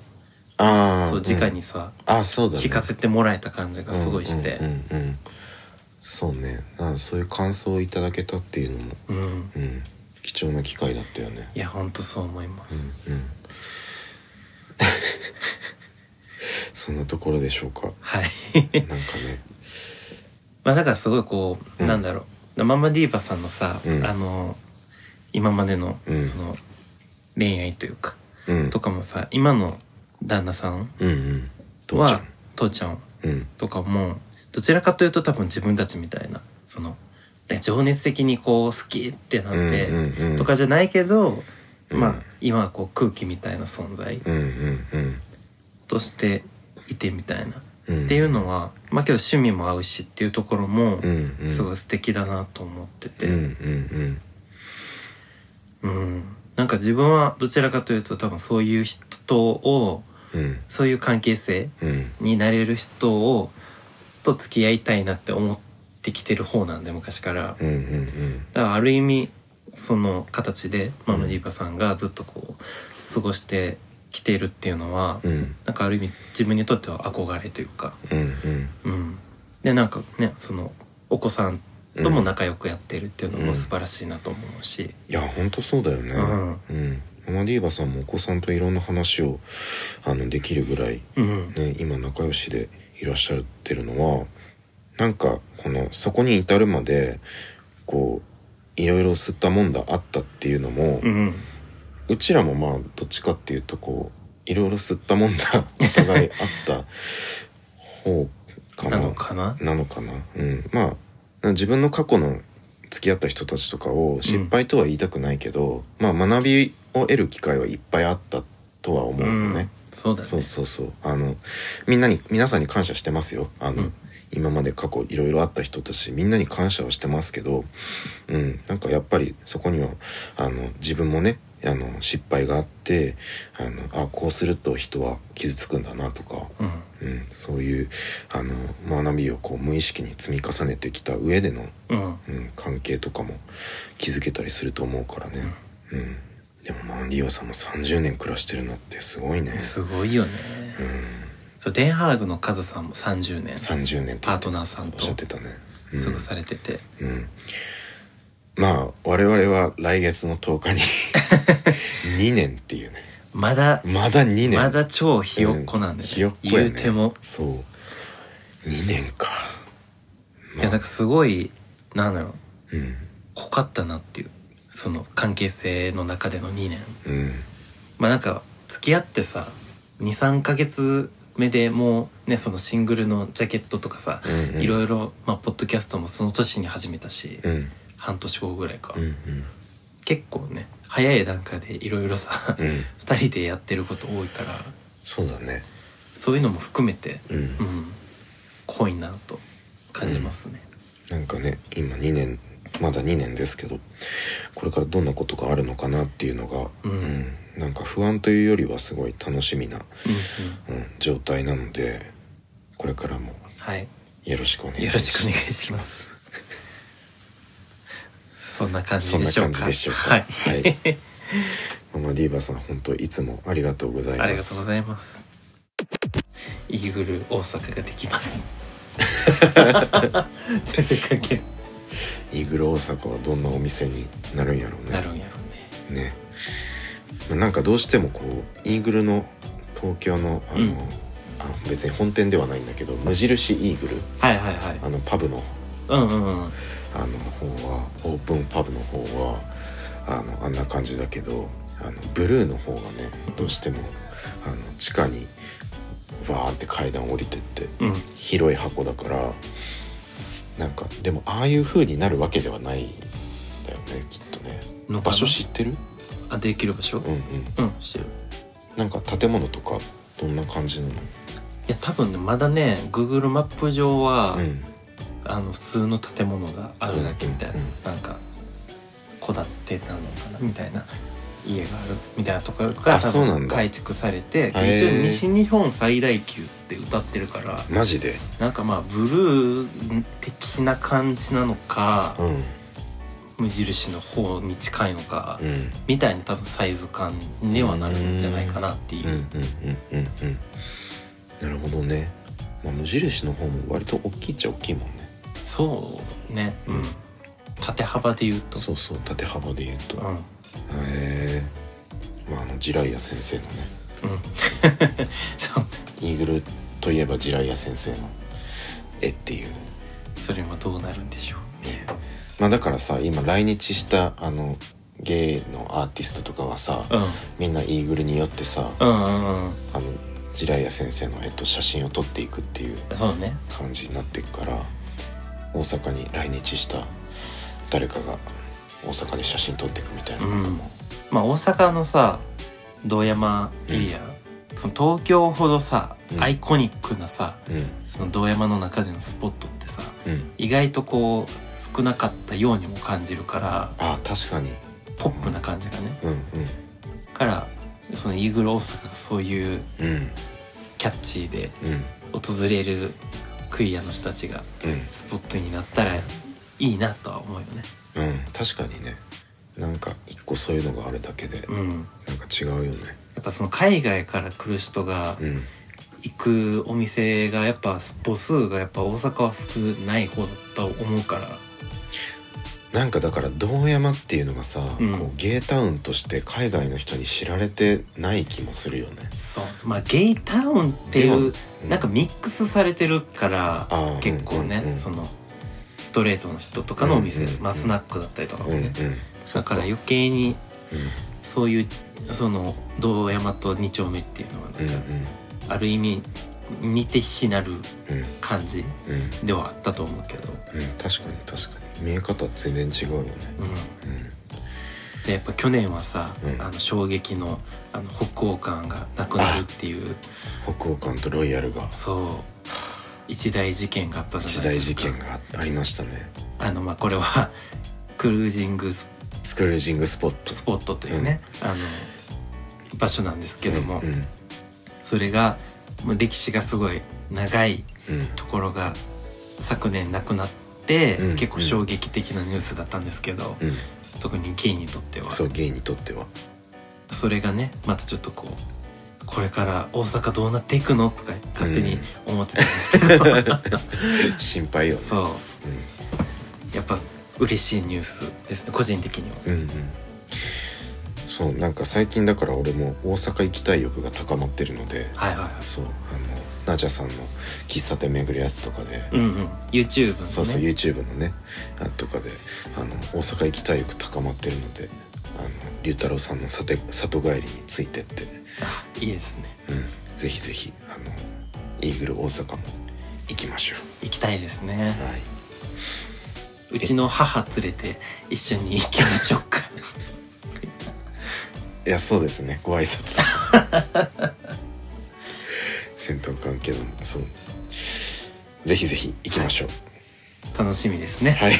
Speaker 1: ああ
Speaker 2: そう直にさ、
Speaker 1: あそうだ、ね、
Speaker 2: 聞かせてもらえた感じがすごいして。
Speaker 1: うんうんうんうんそうねなんそういう感想をいただけたっていうのも、
Speaker 2: うん
Speaker 1: うん、貴重な機会だったよね。
Speaker 2: いや本当そう思います、
Speaker 1: うんうんそんなところでしょうか。
Speaker 2: はい
Speaker 1: なんかね、
Speaker 2: まあだからすごいこう、
Speaker 1: うん
Speaker 2: なんだろうママディーバさんのさ、
Speaker 1: うん
Speaker 2: あの今までの、
Speaker 1: うん
Speaker 2: その恋愛というか
Speaker 1: うん、
Speaker 2: とかもさ今の旦那さん
Speaker 1: うんうん、父ちゃ
Speaker 2: は
Speaker 1: ん、
Speaker 2: 父ちゃん
Speaker 1: うん、
Speaker 2: とかもどちらかというと多分自分たちみたいなそのね情熱的にこう好きってなって、
Speaker 1: うんうんうん
Speaker 2: とかじゃないけど、
Speaker 1: うん
Speaker 2: まあ今はこう空気みたいな存在
Speaker 1: うんうんうん、
Speaker 2: としていてみたいな。
Speaker 1: うん、
Speaker 2: っていうのは、まあけど趣味も合うしっていうところも
Speaker 1: うんうん、
Speaker 2: すごい素敵だなと思ってて、
Speaker 1: う
Speaker 2: うん
Speaker 1: うんん
Speaker 2: なんか自分はどちらかというと多分そういう人を
Speaker 1: うん、うん
Speaker 2: そういう関係性
Speaker 1: うん、
Speaker 2: になれる人をと付き合いたいなって思ってきてる方なんで昔から。
Speaker 1: うんうんうん、
Speaker 2: だからある意味その形でママディーバさんがずっとこう過ごしてきているっていうのは、
Speaker 1: うん
Speaker 2: なんかある意味自分にとっては憧れというか、
Speaker 1: うんうん、
Speaker 2: うん、でなんかねそのお子さんとも仲良くやってるっていうのも素晴らしいなと思うし、
Speaker 1: いや本当そうだよね
Speaker 2: う
Speaker 1: うん、
Speaker 2: ん
Speaker 1: ママディーバさんもお子さんといろんな話をあのできるぐらい、
Speaker 2: うん
Speaker 1: ね、今仲良しでいらっしゃってるのはなんかこのそこに至るまでこういろいろ吸ったもんだあったっていうのも、う
Speaker 2: うん
Speaker 1: ちらもまあどっちかっていうとこういろいろ吸ったもんだお互いあった方か
Speaker 2: な
Speaker 1: な
Speaker 2: のかな
Speaker 1: なのかな、うん、まあ自分の過去の付き合った人たちとかを失敗とは言いたくないけど、まあ学びを得る機会はいっぱいあったとは思う
Speaker 2: う
Speaker 1: よね。
Speaker 2: んそうだね
Speaker 1: そうそうそうあのみんなに皆さんに感謝してますよあの、
Speaker 2: うん
Speaker 1: 今まで過去いろいろあった人たちみんなに感謝はしてますけど、うん、なんかやっぱりそこにはあの自分もねあの失敗があってあのあこうすると人は傷つくんだなとか、
Speaker 2: うん
Speaker 1: うん、そういうあの学びをこう無意識に積み重ねてきた上での、
Speaker 2: うん
Speaker 1: うん、関係とかも築けたりすると思うからね。うんでもマンリオさんも30年暮らしてるのってすごいね。
Speaker 2: すごいよね、そうデンハーグのカズさんも30年
Speaker 1: 30年って
Speaker 2: パートナーさん
Speaker 1: お
Speaker 2: と
Speaker 1: っしゃってたね、うん
Speaker 2: 過ごされてて、
Speaker 1: うんまあ我々は来月の10日に 2年っていうね
Speaker 2: まだ
Speaker 1: まだ2年
Speaker 2: まだ超ひよっこなんで、
Speaker 1: うひよっこやね
Speaker 2: 言うても
Speaker 1: そう2年か、まあ
Speaker 2: いやなんかすごいなんだろう
Speaker 1: うん
Speaker 2: 濃かったなっていうその関係性の中での2年
Speaker 1: うん
Speaker 2: まあなんか付き合ってさ23ヶ月目でもうねそのシングルのジャケットとかさ、
Speaker 1: うんうん
Speaker 2: いろいろ、まあ、ポッドキャストもその年に始めたし、
Speaker 1: うん
Speaker 2: 半年後ぐらいか、
Speaker 1: うん
Speaker 2: 結構ね早い段階でいろいろさ、
Speaker 1: うんうん
Speaker 2: 二人でやってること多いから
Speaker 1: そうだね
Speaker 2: そういうのも含めて、
Speaker 1: うん、
Speaker 2: うん、濃いなと感じますね。
Speaker 1: なんかね今2年まだ2年ですけどこれからどんなことがあるのかなっていうのが、
Speaker 2: うん
Speaker 1: うんなんか不安というよりはすごい楽しみな
Speaker 2: うん、う
Speaker 1: う
Speaker 2: ん
Speaker 1: ん、状態なのでこれからも
Speaker 2: はい
Speaker 1: よろしくお願い
Speaker 2: よろしくお願い します。そんな感じ
Speaker 1: そん
Speaker 2: で
Speaker 1: な
Speaker 2: しょう
Speaker 1: 感
Speaker 2: か。
Speaker 1: じでしょうか
Speaker 2: はい。
Speaker 1: はい、 ママディーバさん本当いつもありがとうござい
Speaker 2: あり
Speaker 1: ま
Speaker 2: がとう
Speaker 1: す
Speaker 2: ございます。イーグル大阪ができ ます。全然関係
Speaker 1: イーグル大阪はどんなお店になるんやろう
Speaker 2: な
Speaker 1: ね
Speaker 2: るんやろうね。
Speaker 1: ねまあなんかどうしてもこうイーグルの東京のあの、
Speaker 2: うん
Speaker 1: あ別に本店ではないんだけど無印イーグル
Speaker 2: はいはいはい。
Speaker 1: あのパブの
Speaker 2: うんうんうん。
Speaker 1: あの方はオープンパブの方はあのあんな感じだけどあのブルーの方がねどうしてもあの地下にバーって階段降りてって
Speaker 2: うん
Speaker 1: 広い箱だからなんかでもああいう風になるわけではないんだよねきっとね
Speaker 2: のか
Speaker 1: 場
Speaker 2: な
Speaker 1: 所知ってる
Speaker 2: あできる場所
Speaker 1: うんうん
Speaker 2: うんしてる
Speaker 1: なんか建物とかどんな感じなの
Speaker 2: いや多分ねまだね Google マップ上は、
Speaker 1: うん
Speaker 2: あの普通の建物があるだけみたいな、
Speaker 1: うんうん
Speaker 2: なんか戸建てなのかなみたいな家があるみたいなところ
Speaker 1: あ
Speaker 2: が多
Speaker 1: そうなん
Speaker 2: 分
Speaker 1: だ
Speaker 2: 改築されて
Speaker 1: へー
Speaker 2: 一応西日本最大級って歌ってるから
Speaker 1: マジで
Speaker 2: なんかまあブルー的な感じなのか
Speaker 1: うん
Speaker 2: 無印の方に近いのか、
Speaker 1: うん
Speaker 2: みたいな多分サイズ感にはなるんじゃないかなっていう
Speaker 1: うんうんうんうんうんなるほどね、まあ、無印の方も割と大きいっちゃ大きいもんね
Speaker 2: そうね、う
Speaker 1: うん
Speaker 2: ん、縦幅で言うと
Speaker 1: そうそう縦幅で言うと、
Speaker 2: う
Speaker 1: へ
Speaker 2: ん
Speaker 1: えまああのジライア先生のね
Speaker 2: うんそう
Speaker 1: イーグルといえばジライア先生の絵っていうね
Speaker 2: それもどうなるんでしょう
Speaker 1: まあだからさ今来日したあのゲイのアーティストとかはさ、
Speaker 2: うん
Speaker 1: みんなイーグルによってさ、
Speaker 2: うんうんうん
Speaker 1: あのジライア先生の絵と写真を撮っていくっていう
Speaker 2: そうね
Speaker 1: 感じになっていくから大阪に来日した誰かが大阪で写真撮っていくみたいなことも、
Speaker 2: まあ大阪のさ堂山エリア、その東京ほどさ、
Speaker 1: うん
Speaker 2: アイコニックなさ
Speaker 1: うん、
Speaker 2: その堂山の中でのスポットってさ
Speaker 1: うん
Speaker 2: 意外とこう少なかったようにも感じるから
Speaker 1: あ確かに
Speaker 2: ポップな感じがね
Speaker 1: うん
Speaker 2: からそのイーグル大阪がそういう
Speaker 1: うんうん
Speaker 2: キャッチーで
Speaker 1: うん
Speaker 2: 訪れるクイアの人たちが
Speaker 1: う
Speaker 2: スポットになったらいいなとは思うよ
Speaker 1: ん
Speaker 2: ね
Speaker 1: うん確かにねなんか一個そういうのがあるだけで
Speaker 2: うん
Speaker 1: なんか違うよね
Speaker 2: やっぱその海外から来る人が
Speaker 1: うん
Speaker 2: 行くお店がやっぱ母数がやっぱ大阪は少ない方だと思うから
Speaker 1: なんかだから堂山っていうのがさ、
Speaker 2: うん
Speaker 1: こうゲータウンとして海外の人に知られてない気もするよね。
Speaker 2: そうまあゲイタウンっていう
Speaker 1: でも
Speaker 2: なんかミックスされてるから
Speaker 1: あー
Speaker 2: 結構ね、
Speaker 1: うんうんうん
Speaker 2: そのストレートの人とかのお店、
Speaker 1: うんうんうん
Speaker 2: まあスナックだったりとかも
Speaker 1: うんうん
Speaker 2: ね、だから余計に
Speaker 1: う
Speaker 2: そういうその堂山と二丁目っていうのはなんか、
Speaker 1: んうん
Speaker 2: ある意味似て非なる
Speaker 1: うんうん
Speaker 2: 感じ
Speaker 1: うん
Speaker 2: ではあったと思うけど、
Speaker 1: うん確かに確かに見え方全然違うよね。
Speaker 2: うん、
Speaker 1: うん
Speaker 2: でやっぱ去年はさ、
Speaker 1: うん
Speaker 2: あの衝撃のあの北欧感がなくなるっていう
Speaker 1: 北欧館とロイヤルが
Speaker 2: そう一大事件があったじ
Speaker 1: 時
Speaker 2: ゃない
Speaker 1: 代
Speaker 2: です
Speaker 1: 事
Speaker 2: か
Speaker 1: 件がありましたね。
Speaker 2: あのまあこれはクルージングス
Speaker 1: スクルージングスポット
Speaker 2: スポットというね、あの場所なんですけども、
Speaker 1: うんうん
Speaker 2: それがもう歴史がすごい長い
Speaker 1: うん
Speaker 2: ところが昨年なくなって、
Speaker 1: うん
Speaker 2: 結構衝撃的なニュースだったんですけど、
Speaker 1: うん
Speaker 2: 特にゲイにとっては
Speaker 1: そうゲイにとっては
Speaker 2: それがねまたちょっとこうこれから大阪どうなっていくのとか勝手に思ってたんですけ ど、
Speaker 1: 心配よね。
Speaker 2: そう
Speaker 1: うん
Speaker 2: やっぱ嬉しいニュースですね個人的には。
Speaker 1: うんうんそうなんか最近だから俺も大阪行きたい欲が高まってるので
Speaker 2: はいはいはい
Speaker 1: そうあのナジャさんの喫茶店巡るやつとかで、
Speaker 2: うんうん、YouTube のね
Speaker 1: そうそう YouTube のねあとかであの大阪行きたい欲高まってるのであの龍太郎さんのさて里帰りについてって、
Speaker 2: あいいですね
Speaker 1: うん、ぜひぜひあのイーグル大阪も行きましょ
Speaker 2: 行きたいです
Speaker 1: う
Speaker 2: ね
Speaker 1: はいう
Speaker 2: ちの母連れて一緒に行きましょうか
Speaker 1: いやそうですねご挨拶 戦闘関係のそうぜひぜひ行きましょう
Speaker 2: 楽しみですね、
Speaker 1: はい、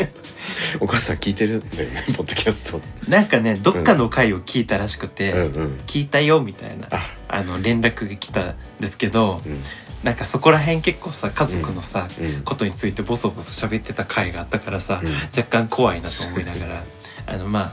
Speaker 1: お母さん聞いてるんだよねポッドキャスト
Speaker 2: なんかねどっかの回を聞いたらしくて、
Speaker 1: うんうん
Speaker 2: 聞いたよみたいな
Speaker 1: あ
Speaker 2: あの連絡が来たんですけど、
Speaker 1: うん
Speaker 2: なんかそこら辺結構さ家族のさ、
Speaker 1: うん
Speaker 2: ことについてボソボソ喋ってた回があったからさ、
Speaker 1: うん
Speaker 2: 若干怖いなと思いながら あのまあ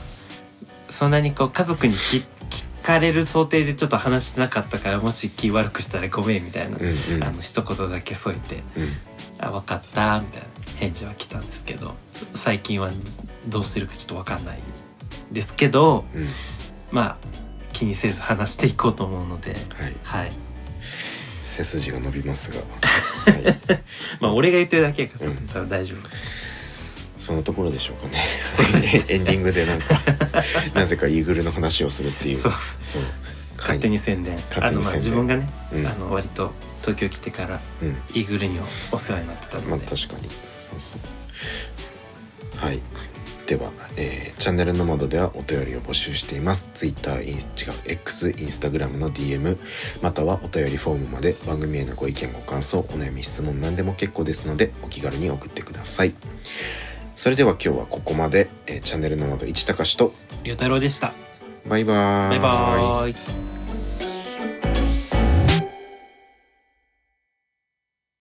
Speaker 2: そんなにこう家族に聞聞かれる想定でちょっと話してなかったからもし気悪くしたらごめんみたいな、
Speaker 1: うんうん
Speaker 2: あの一言だけ添えて
Speaker 1: うん
Speaker 2: 「あ分かった」みたいな返事は来たんですけど最近はどうしてるかちょっと分かんないですけど
Speaker 1: うん
Speaker 2: まあ気にせず話していこうと思うので
Speaker 1: はい
Speaker 2: はい
Speaker 1: 背筋が伸びます が、はい、
Speaker 2: まあ俺が言ってるだけやから
Speaker 1: うん
Speaker 2: 多分大丈夫。
Speaker 1: そのところでしょうかね エンディングでなん かなぜかイーグルの話をするっていう
Speaker 2: そう
Speaker 1: そう
Speaker 2: 勝手に宣伝、
Speaker 1: 勝
Speaker 2: あ
Speaker 1: 手
Speaker 2: の
Speaker 1: に宣伝
Speaker 2: まあ自分がね、
Speaker 1: うん
Speaker 2: あの割と東京来てから
Speaker 1: はいうん
Speaker 2: イーグルにはお世話になってたので、
Speaker 1: まあ確かにそうそうはいでは、えーチャンネルの窓ではお便りを募集しています。Twitter、イン違う、X、Instagram の DM、またはお便りフォームまで番組へのご意見、ご感想、お悩み、質問何でも結構ですので、お気軽に送ってください。それでは今日はここまで、えーチャンネルの窓、市高しと、
Speaker 2: ゆうたろうでした
Speaker 1: バイバー
Speaker 2: バイバーイ